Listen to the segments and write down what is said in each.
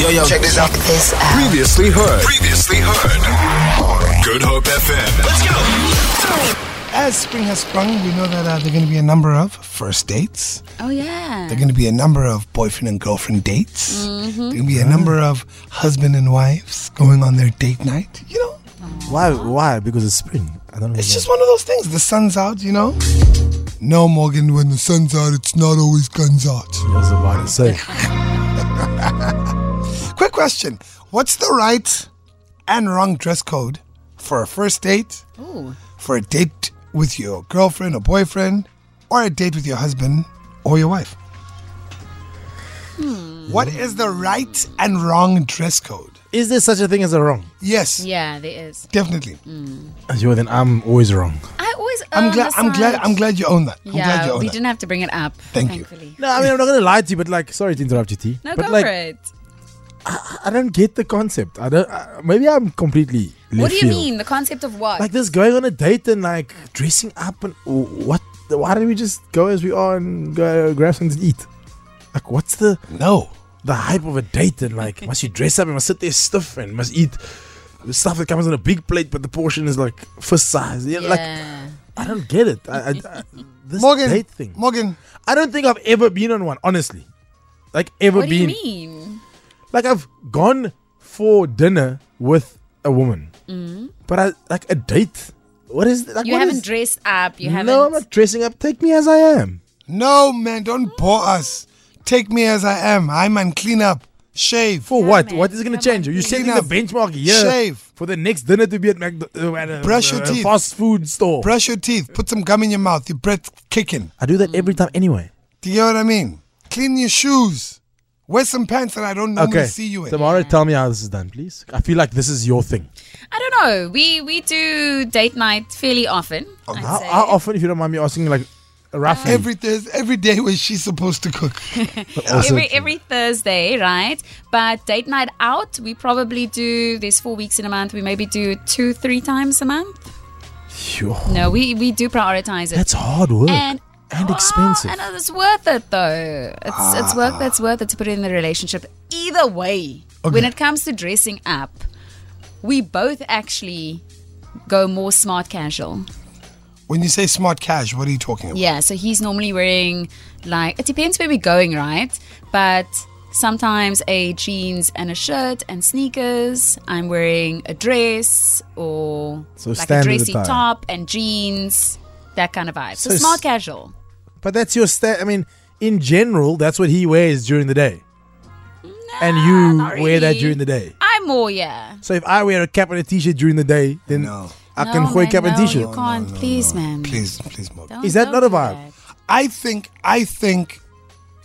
Yo, yo, check this out. This out. Previously heard. Previously heard. Good Hope FM. Let's go. As spring has sprung, we know that uh, there are going to be a number of first dates. Oh yeah. Mm-hmm. There are going to be a number of boyfriend and girlfriend dates. There are going to be a number of husband and wives going on their date night. You know, Why? Why? Because it's spring. I don't know. it's just one of those things. The sun's out, you know? No, Morgan, when the sun's out, it's not always guns out. That's about it. So, Quick question What's the right and wrong dress code for a first date, Ooh. for a date with your girlfriend or boyfriend, or a date with your husband or your wife? Hmm. What is the right and wrong dress code? is there such a thing as a wrong? Yes, Yeah, Mm. there is. definitely. Yo, then I'm always wrong. I always. I'm err glad. on the I'm glad. side- I'm glad you own that. I'm yeah, glad you own we that. didn't have to bring it up. Thank you. thankfully. No, I mean I'm not gonna lie to you, but like, sorry to interrupt you, T. No, but go like, for it. I don't get the concept. I don't. I, maybe I'm completely. What left do you field. mean? The concept of what? Like this going on a date and like dressing up and oh, what? Why don't we just go as we are and go grab something to eat? Like, what's the No. the hype of a date and like must you dress up and must sit there stiff and must eat stuff that comes on a big plate but the portion is like fist size yeah, like yeah. i don't get it I, I, I, this Morgan. date thing Morgan. i don't think i've ever been on one honestly like ever What do you been mean? like i've gone for dinner with a woman but i like a date what is like, Mm. You what haven't is- dressed up. You haven't. no i'm not dressing up take me as i am No, man. Don't bore us. Take me as I am. I'm and clean up, shave, for Yeah, what man. what is going to Come on, change you're please. setting the Enough. benchmark here Shave. for the next dinner to be at, Macdo- uh, at a, Brush your a teeth. fast food store brush your teeth, put some gum in your mouth. Your breath kicking. I do that every time anyway. Do you know what I mean? Clean your shoes. Wear some pants that I don't normally Okay. see you in. Tomorrow, tell me how this is done, please. I feel like this is your thing. I don't know. We we do date night fairly often. I'd How, say. how often, if you don't mind me asking, like roughly? Every Thursday, every day when she's supposed to cook. Also- every every Thursday, right? But date night out, we probably do. There's four weeks in a month. We maybe do two, three times a month. Phew, No, we we do prioritize it. that's hard work and, and expensive. Ah. Oh, and it's worth it though. It's it's work that's worth it to put in the relationship. Either way, when it comes to dressing up, we both actually go more smart casual. when you say smart cash, what are you talking about? Yeah, so he's normally wearing like it depends where we're going, right? But sometimes a jeans and a shirt and sneakers. I'm wearing a dress or So like a standard dressy attire. top and jeans, that kind of vibe. So, So smart s- casual. but that's your stat. I mean, in general, that's what he wears during the day, and you not wear that really. during the day. I'm more yeah. So if I wear a cap and a t-shirt during the day, then No. I No, can wear man, cap and no, t-shirt. You can't, please, man. Please, please, Morgan. Don't- Is that don't not a do vibe? that. I think, I think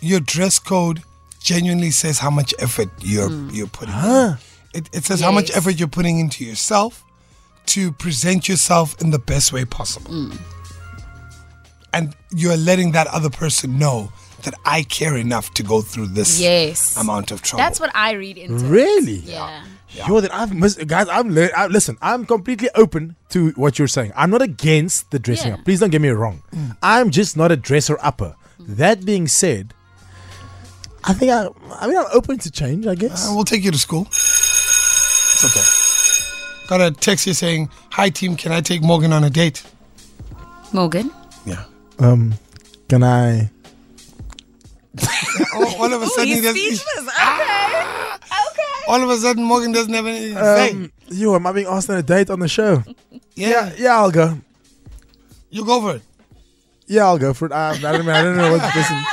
your dress code genuinely says how much effort you're you're putting. Huh. In. It, it says how much Hmm. Yes. effort you're putting into yourself to present yourself in the best way possible, Hmm. and you're letting that other person know that I care enough to go through this Yes. amount of trouble. That's what I read into. it. Really? Yeah. Yo, that I've missed, guys. I'm le- I, listen. I'm completely open to what you're saying. I'm not against the dressing Yeah. up. Please don't get me wrong. I'm just not a dresser upper. Mm. That being said, I think I. I mean, I'm open to change. I guess. Uh, we'll take you to school. It's okay. Got a text here saying, "Hi team, can I take Morgan on a date?" Morgan. Yeah. um, can I? All, Oh, all of a sudden, he doesn't, Ah! all of a sudden, Morgan doesn't have anything to say. Um, yo, am I being asked on a date on the show? Yeah, Yeah, I'll go. you go for it. Yeah, I'll go for it. Um, I, I don't. know- I don't know what the person.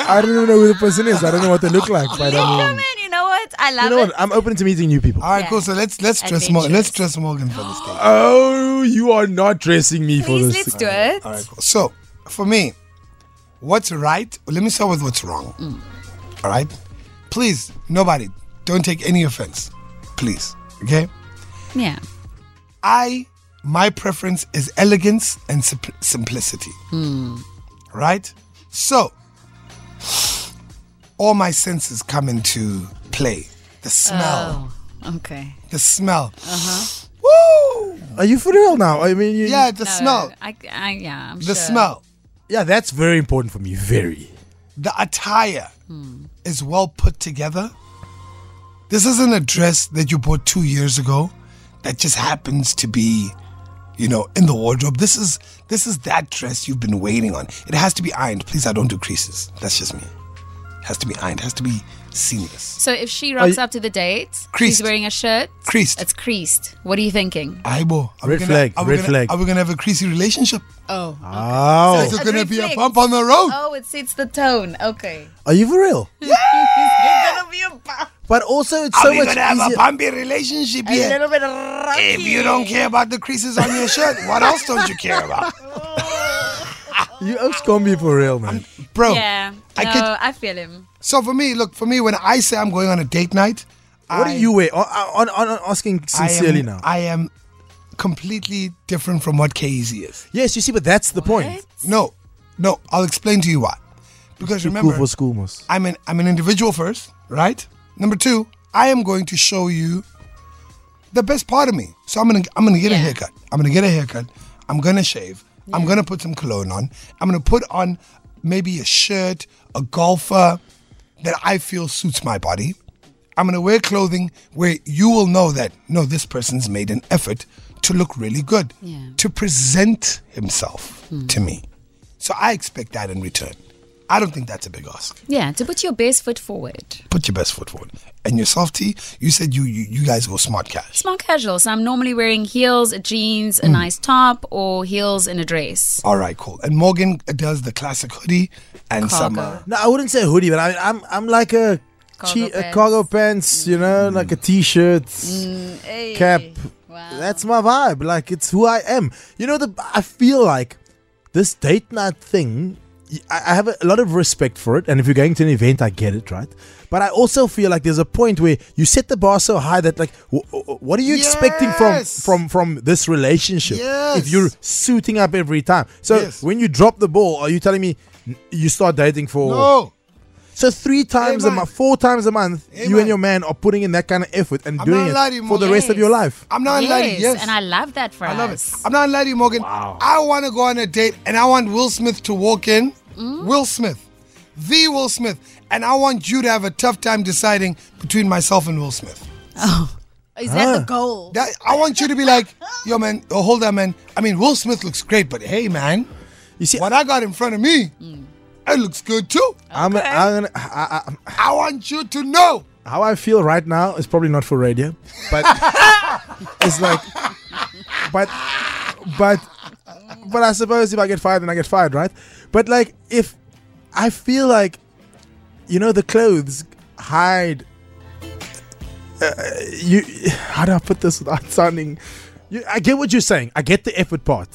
I don't even know who the person is. I don't know what they look like. But I Come mean, in, you know what? I love you know it. what? I'm open to meeting new people. All right, Yeah. cool. So let's let's dress Morgan. Let's Adventurous. dress Morgan for this date. Oh, you are not dressing me for Please, this. let's do it. All right, cool. So for me, what's right? Let me start with what's wrong. All right. Please, nobody, don't take any offense. Please, okay? Yeah. I, my preference is elegance and sim- simplicity. Hmm. Right? So, all my senses come into play. The smell, Oh. Okay. the smell. Uh-huh. Woo! Are you for real now? I mean, you, Yeah, the No, smell, I, I, yeah. I'm the sure. smell, yeah, that's very important for me. Very. the attire is well put together. This isn't a dress that you bought two years ago that just happens to be, you know, in the wardrobe. This is this is that dress you've been waiting on. It has to be ironed. Please, I don't do creases. That's just me. It has to be ironed. It has to be seamless. So if she rocks up to the date, Creased. she's wearing a shirt. Creased. It's creased. What are you thinking? Aibo. Are we Red gonna- flag, Are we red gonna, flag. Are we gonna have a creasy relationship? Oh. Oh, Is So- there It gonna be a reflects. bump on the road? Oh, it sets the tone. Okay. are you for real? It's gonna be a, bu- But also, it's Are so we much gonna have easier. a bumpy relationship a here? little bit rocky. If you don't care about the creases on your shirt, what else don't you care about? You oaks can't be for real, man. Bro, Yeah. I no, could- I feel him. so for me, look, for me, when I say I'm going on a date night, What I, do you wear? On, on, on asking I am- sincerely now. I am completely different from what KEZ is. yes, you see, but that's the point. No, no, I'll explain to you why. Because Cool remember, for school, mos. I'm an I'm an individual first, right? Number two, I am going to show you the best part of me. So I'm gonna I'm gonna get a Yeah. haircut. I'm gonna get a haircut. I'm gonna shave. I'm gonna put some cologne on. I'm gonna put on maybe a shirt, a golfer that I feel suits my body. I'm gonna wear clothing where you will know that no, this person's made an effort to look really good, Yeah. Hmm. to present himself to me. So I expect that in return. I don't think that's a big ask Yeah, to put your best foot forward. put your best foot forward. And yourself, T, you said you you, you guys go smart cash. Smart casual. So I'm normally wearing heels, jeans, Hmm. a nice top, or heels and a dress. All right, cool. And Morgan does the classic hoodie and some. Cargo. Uh, No, I wouldn't say hoodie, but I, I'm I'm like a Cargo che- a pants. cargo pants, you Mm. know, like a t-shirt, cap. Mm, Wow. That's my vibe. Like it's who I am. You know, the I feel like this date night thing. y- I I have a lot of respect for it, and if you're going to an event, I get it, right? But I also feel like there's a point where you set the bar so high that, like, wh- wh- what are you expecting from Yes. from from this relationship? If you're Yes. suiting up every time, so Yes. when you drop the ball, are you telling me n- you start dating for no, so three times a man. month, four times a month, Hey, you man. and your man are putting in that kind of effort and I'm not doing it lying, for the Mo. rest of your Yes. life. Oh, I'm not lying. yes, Yes, and I love that for I us. love it. I'm not lying, Morgan. I want to go on a date, and I want Will Smith to walk in. Mm. Will Smith, the Will Smith, and I want you to have a tough time deciding between myself and Will Smith. Is that the goal? That, I want you to be like, yo, man, oh, hold on, man. I mean, Will Smith looks great, but hey, man, You see, what I got in front of me, Mm. it looks good too. I'm, I'm gonna, I, I, I- I want you to know. how I feel right now is probably not for radio, but it's like, but, but, but I suppose if I get fired, then I get fired, right? But like, if I feel like, you know, the clothes hide. Uh, you, how do I put this without sounding? You, I get what you're saying. I get the effort part.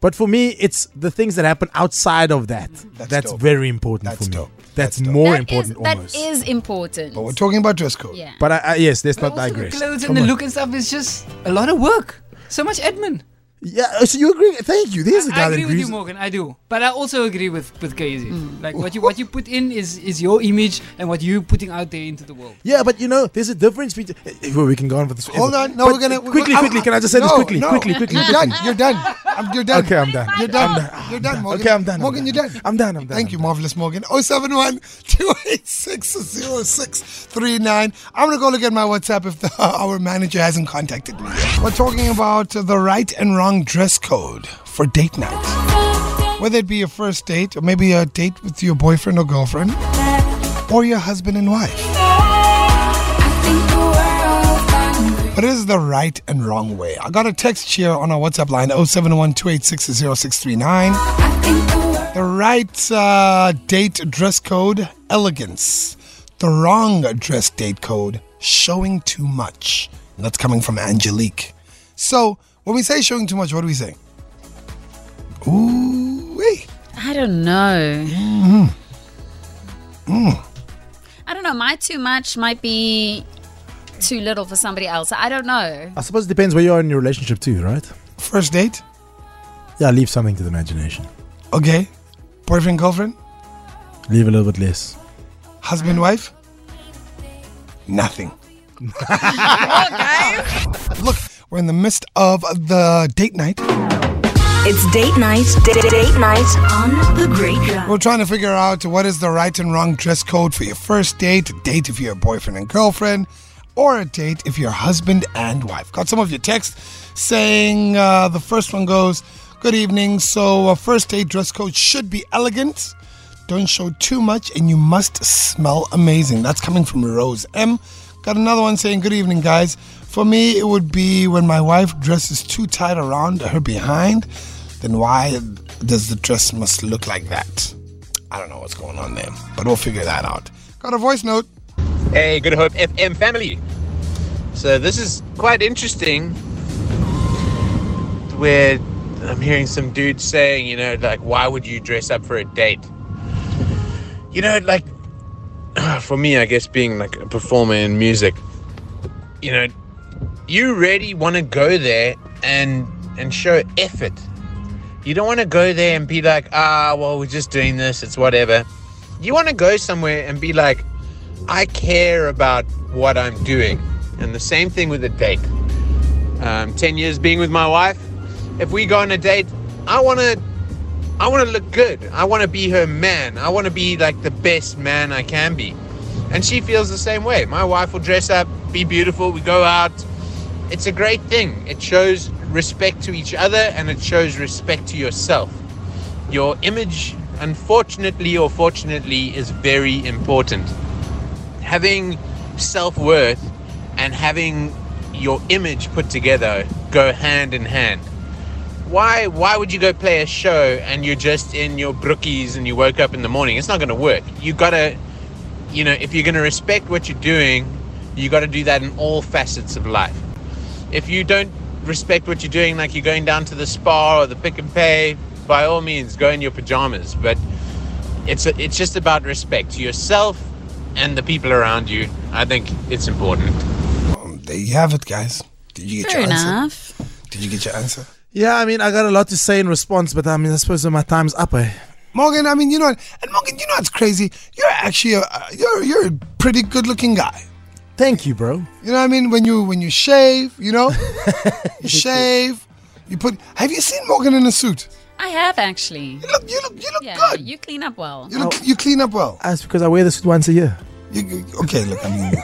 But for me, it's the things that happen outside of that. That's, dope. very important That's for me. dope. That's, That's dope. more That important is- almost. That is important. Oh, But we're talking about dress code. yeah. But I, I, yes, let's not Also the digress. clothes and Come the on. look and stuff is just a lot of work. So much admin. Yeah, so you agree? Thank you. There's a guy I that agree with you, agrees. Mm. Morgan. I do, but I also agree with with Casey. Like what you what you put in is is your image and what you putting out there into the world. Yeah, but you know, there's a difference between. eh, well, we can go on with this. Hold forever. on. No, But we're gonna we're quickly, gonna- quickly. Can I just say this No, quickly, no. quickly, quickly, You're quickly? done. You're done. I'm, you're done. Okay, I'm done. You're done. I'm done. You're done, Morgan. Okay, I'm done. I'm Morgan, done. you're done. I'm done. I'm done. Thank I'm you, done. marvelous Morgan. Oh, 071 286 0639. I'm going to go look at my WhatsApp if the, our manager hasn't contacted me. We're talking about the right and wrong dress code for date night. Whether it be your first date, or maybe a date with your boyfriend or girlfriend, or your husband and wife. But it is the right and wrong way. I got a text here on our WhatsApp line 071 The right uh, date dress code, elegance. The wrong dress date code, showing too much. And that's coming from Angelique. So when we say showing too much, what do we say? Ooh, wait. I don't know. Mm. I don't know. My too much might be too little for somebody else. I don't know. I suppose it depends where you are in your relationship too, right? First date? Yeah, leave something to the imagination. Okay. Boyfriend, girlfriend? Leave a little bit less. Husband, wife? Nothing. Look, we're in the midst of the date night. It's date night, d- d- date night on the Great Drive. We're trying to figure out what is the right and wrong dress code for your first date, date if you're a boyfriend and girlfriend. or a date if you're husband and wife. Got some of your texts saying uh, the first one goes, Good evening. So, a first date dress code should be elegant. Don't show too much, and you must smell amazing. That's coming from Rose M. Got another one saying, Good evening, guys. For me, it would be when my wife dresses too tight around her behind, then why does the dress must look like that? I don't know what's going on there, but we'll figure that out. Got a voice note. Hey, Good Hope FM family. So this is quite interesting. Where I'm hearing some dude saying, you know, like, why would you dress up for a date? You know, like, for me, I guess being like a performer in music, you know, you really want to go there and and show effort. You don't want to go there and be like, ah, well, we're just doing this. It's whatever. You want to go somewhere and be like, I care about what I'm doing. And the same thing with a date. Um, 10 years being with my wife, if we go on a date, I want to I want to look good. I want to be her man. I want to be like the best man I can be. And she feels the same way. My wife will dress up, be beautiful, we go out. It's a great thing. It shows respect to each other and it shows respect to yourself. Your image, unfortunately or fortunately, is very important having self worth and having your image put together go hand in hand. Why why would you go play a show and you're just in your brookies and you woke up in the morning? It's not gonna work. You gotta you know, if you're gonna respect what you're doing, you gotta do that in all facets of life. If you don't respect what you're doing, like you're going down to the spa or the pick and pay, by all means go in your pajamas. But it's a, it's just about respect to yourself and the people around you. I think it's important. Um, there you have it, guys. Did you get Fair your enough. answer? Did you get your answer? Yeah, I mean, I got a lot to say in response, but I mean, I suppose my time's up. Eh? Morgan, I mean, you know, and Morgan, you know what's crazy? You're actually a, uh, you're you're a pretty good-looking guy. Thank you, bro. You know what I mean? When you when you shave, you know, you shave, you put. Have you seen Morgan in a suit? I have actually. You look, you look, you look Yeah, good. you clean up well. You look, you clean up well. That's because I wear this once a year. You, you- okay, look, I mean,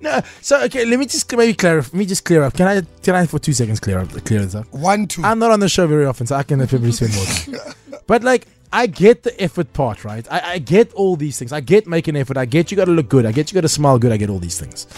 No, so okay, let me just cl- maybe clarify. Let me just clear up. Can I? Can I for two seconds clear up? Clear this up. one, two. I'm not on the show very often, so I can probably spend more time. But like, I get the effort part, right? I, I get all these things. I get making effort. I get you got to look good. I get you got to smile good. I get all these things.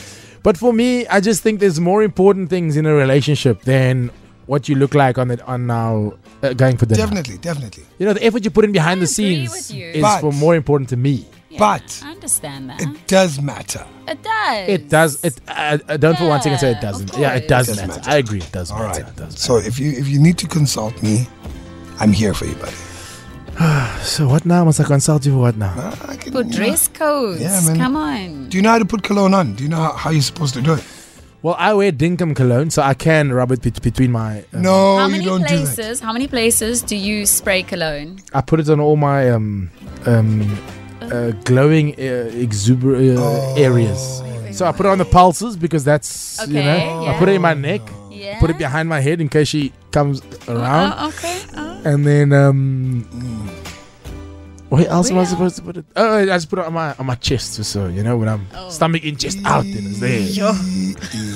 But for me, I just think there's more important things in a relationship than what you look like on the on now uh, going for dinner. definitely, definitely. You know, the effort you put in behind the agree scenes with you. is But- for more important to me. Yeah, But- I understand that. It, It does matter. does. It does. It. I, I don't for one second say it Yeah, of doesn't. Yeah, it does matter. I agree. It does All matter. right. It does So if you if you need to consult me, I'm here for you, buddy. matter. So what now? Must I consult you for what now? Ah, I can- For you know. dress codes. Yeah, man. Come on. Do you know how to put cologne on? Do you know how, how you're supposed to do it? Well, I wear dinkum cologne, so I can rub it bet- between my. um, No, how Oh, you many don't do that. places? How many places do you spray cologne? I put it on all my um, um, Oh. uh, glowing uh, exuberant uh, areas. So I put it on the pulses because that's you Okay, know. I yeah. put it in my neck. Yeah. Put it behind my head in case she comes around, Oh, okay. Oh. and then um. Where else am I Where supposed to put it? Oh, I just put it on my on my chest, so you know when I'm stomach in, chest out, then it's there.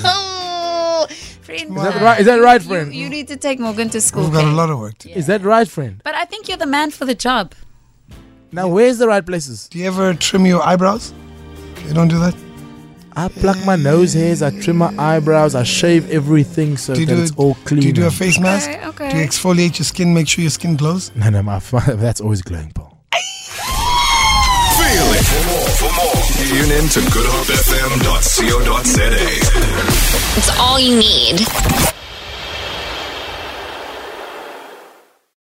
Oh, friend. Is that right? Is that right, friend? You, you need to take Morgan to school. We've got a okay? lot of work. to do. Is that right, friend? But I think you're the man for the job. Now, where's the right places? Do you ever trim your eyebrows? You don't do that. I pluck my nose hairs, I trim my eyebrows, I shave everything so Do you that do it's all clean. Do you do a and- face mask? Okay, okay. Do you exfoliate your skin? Make sure your skin glows. No, no, my father, that's always glowing, Paul. Feel it. For more, for more, tune in to goodhopefm.co.za. It's all you need.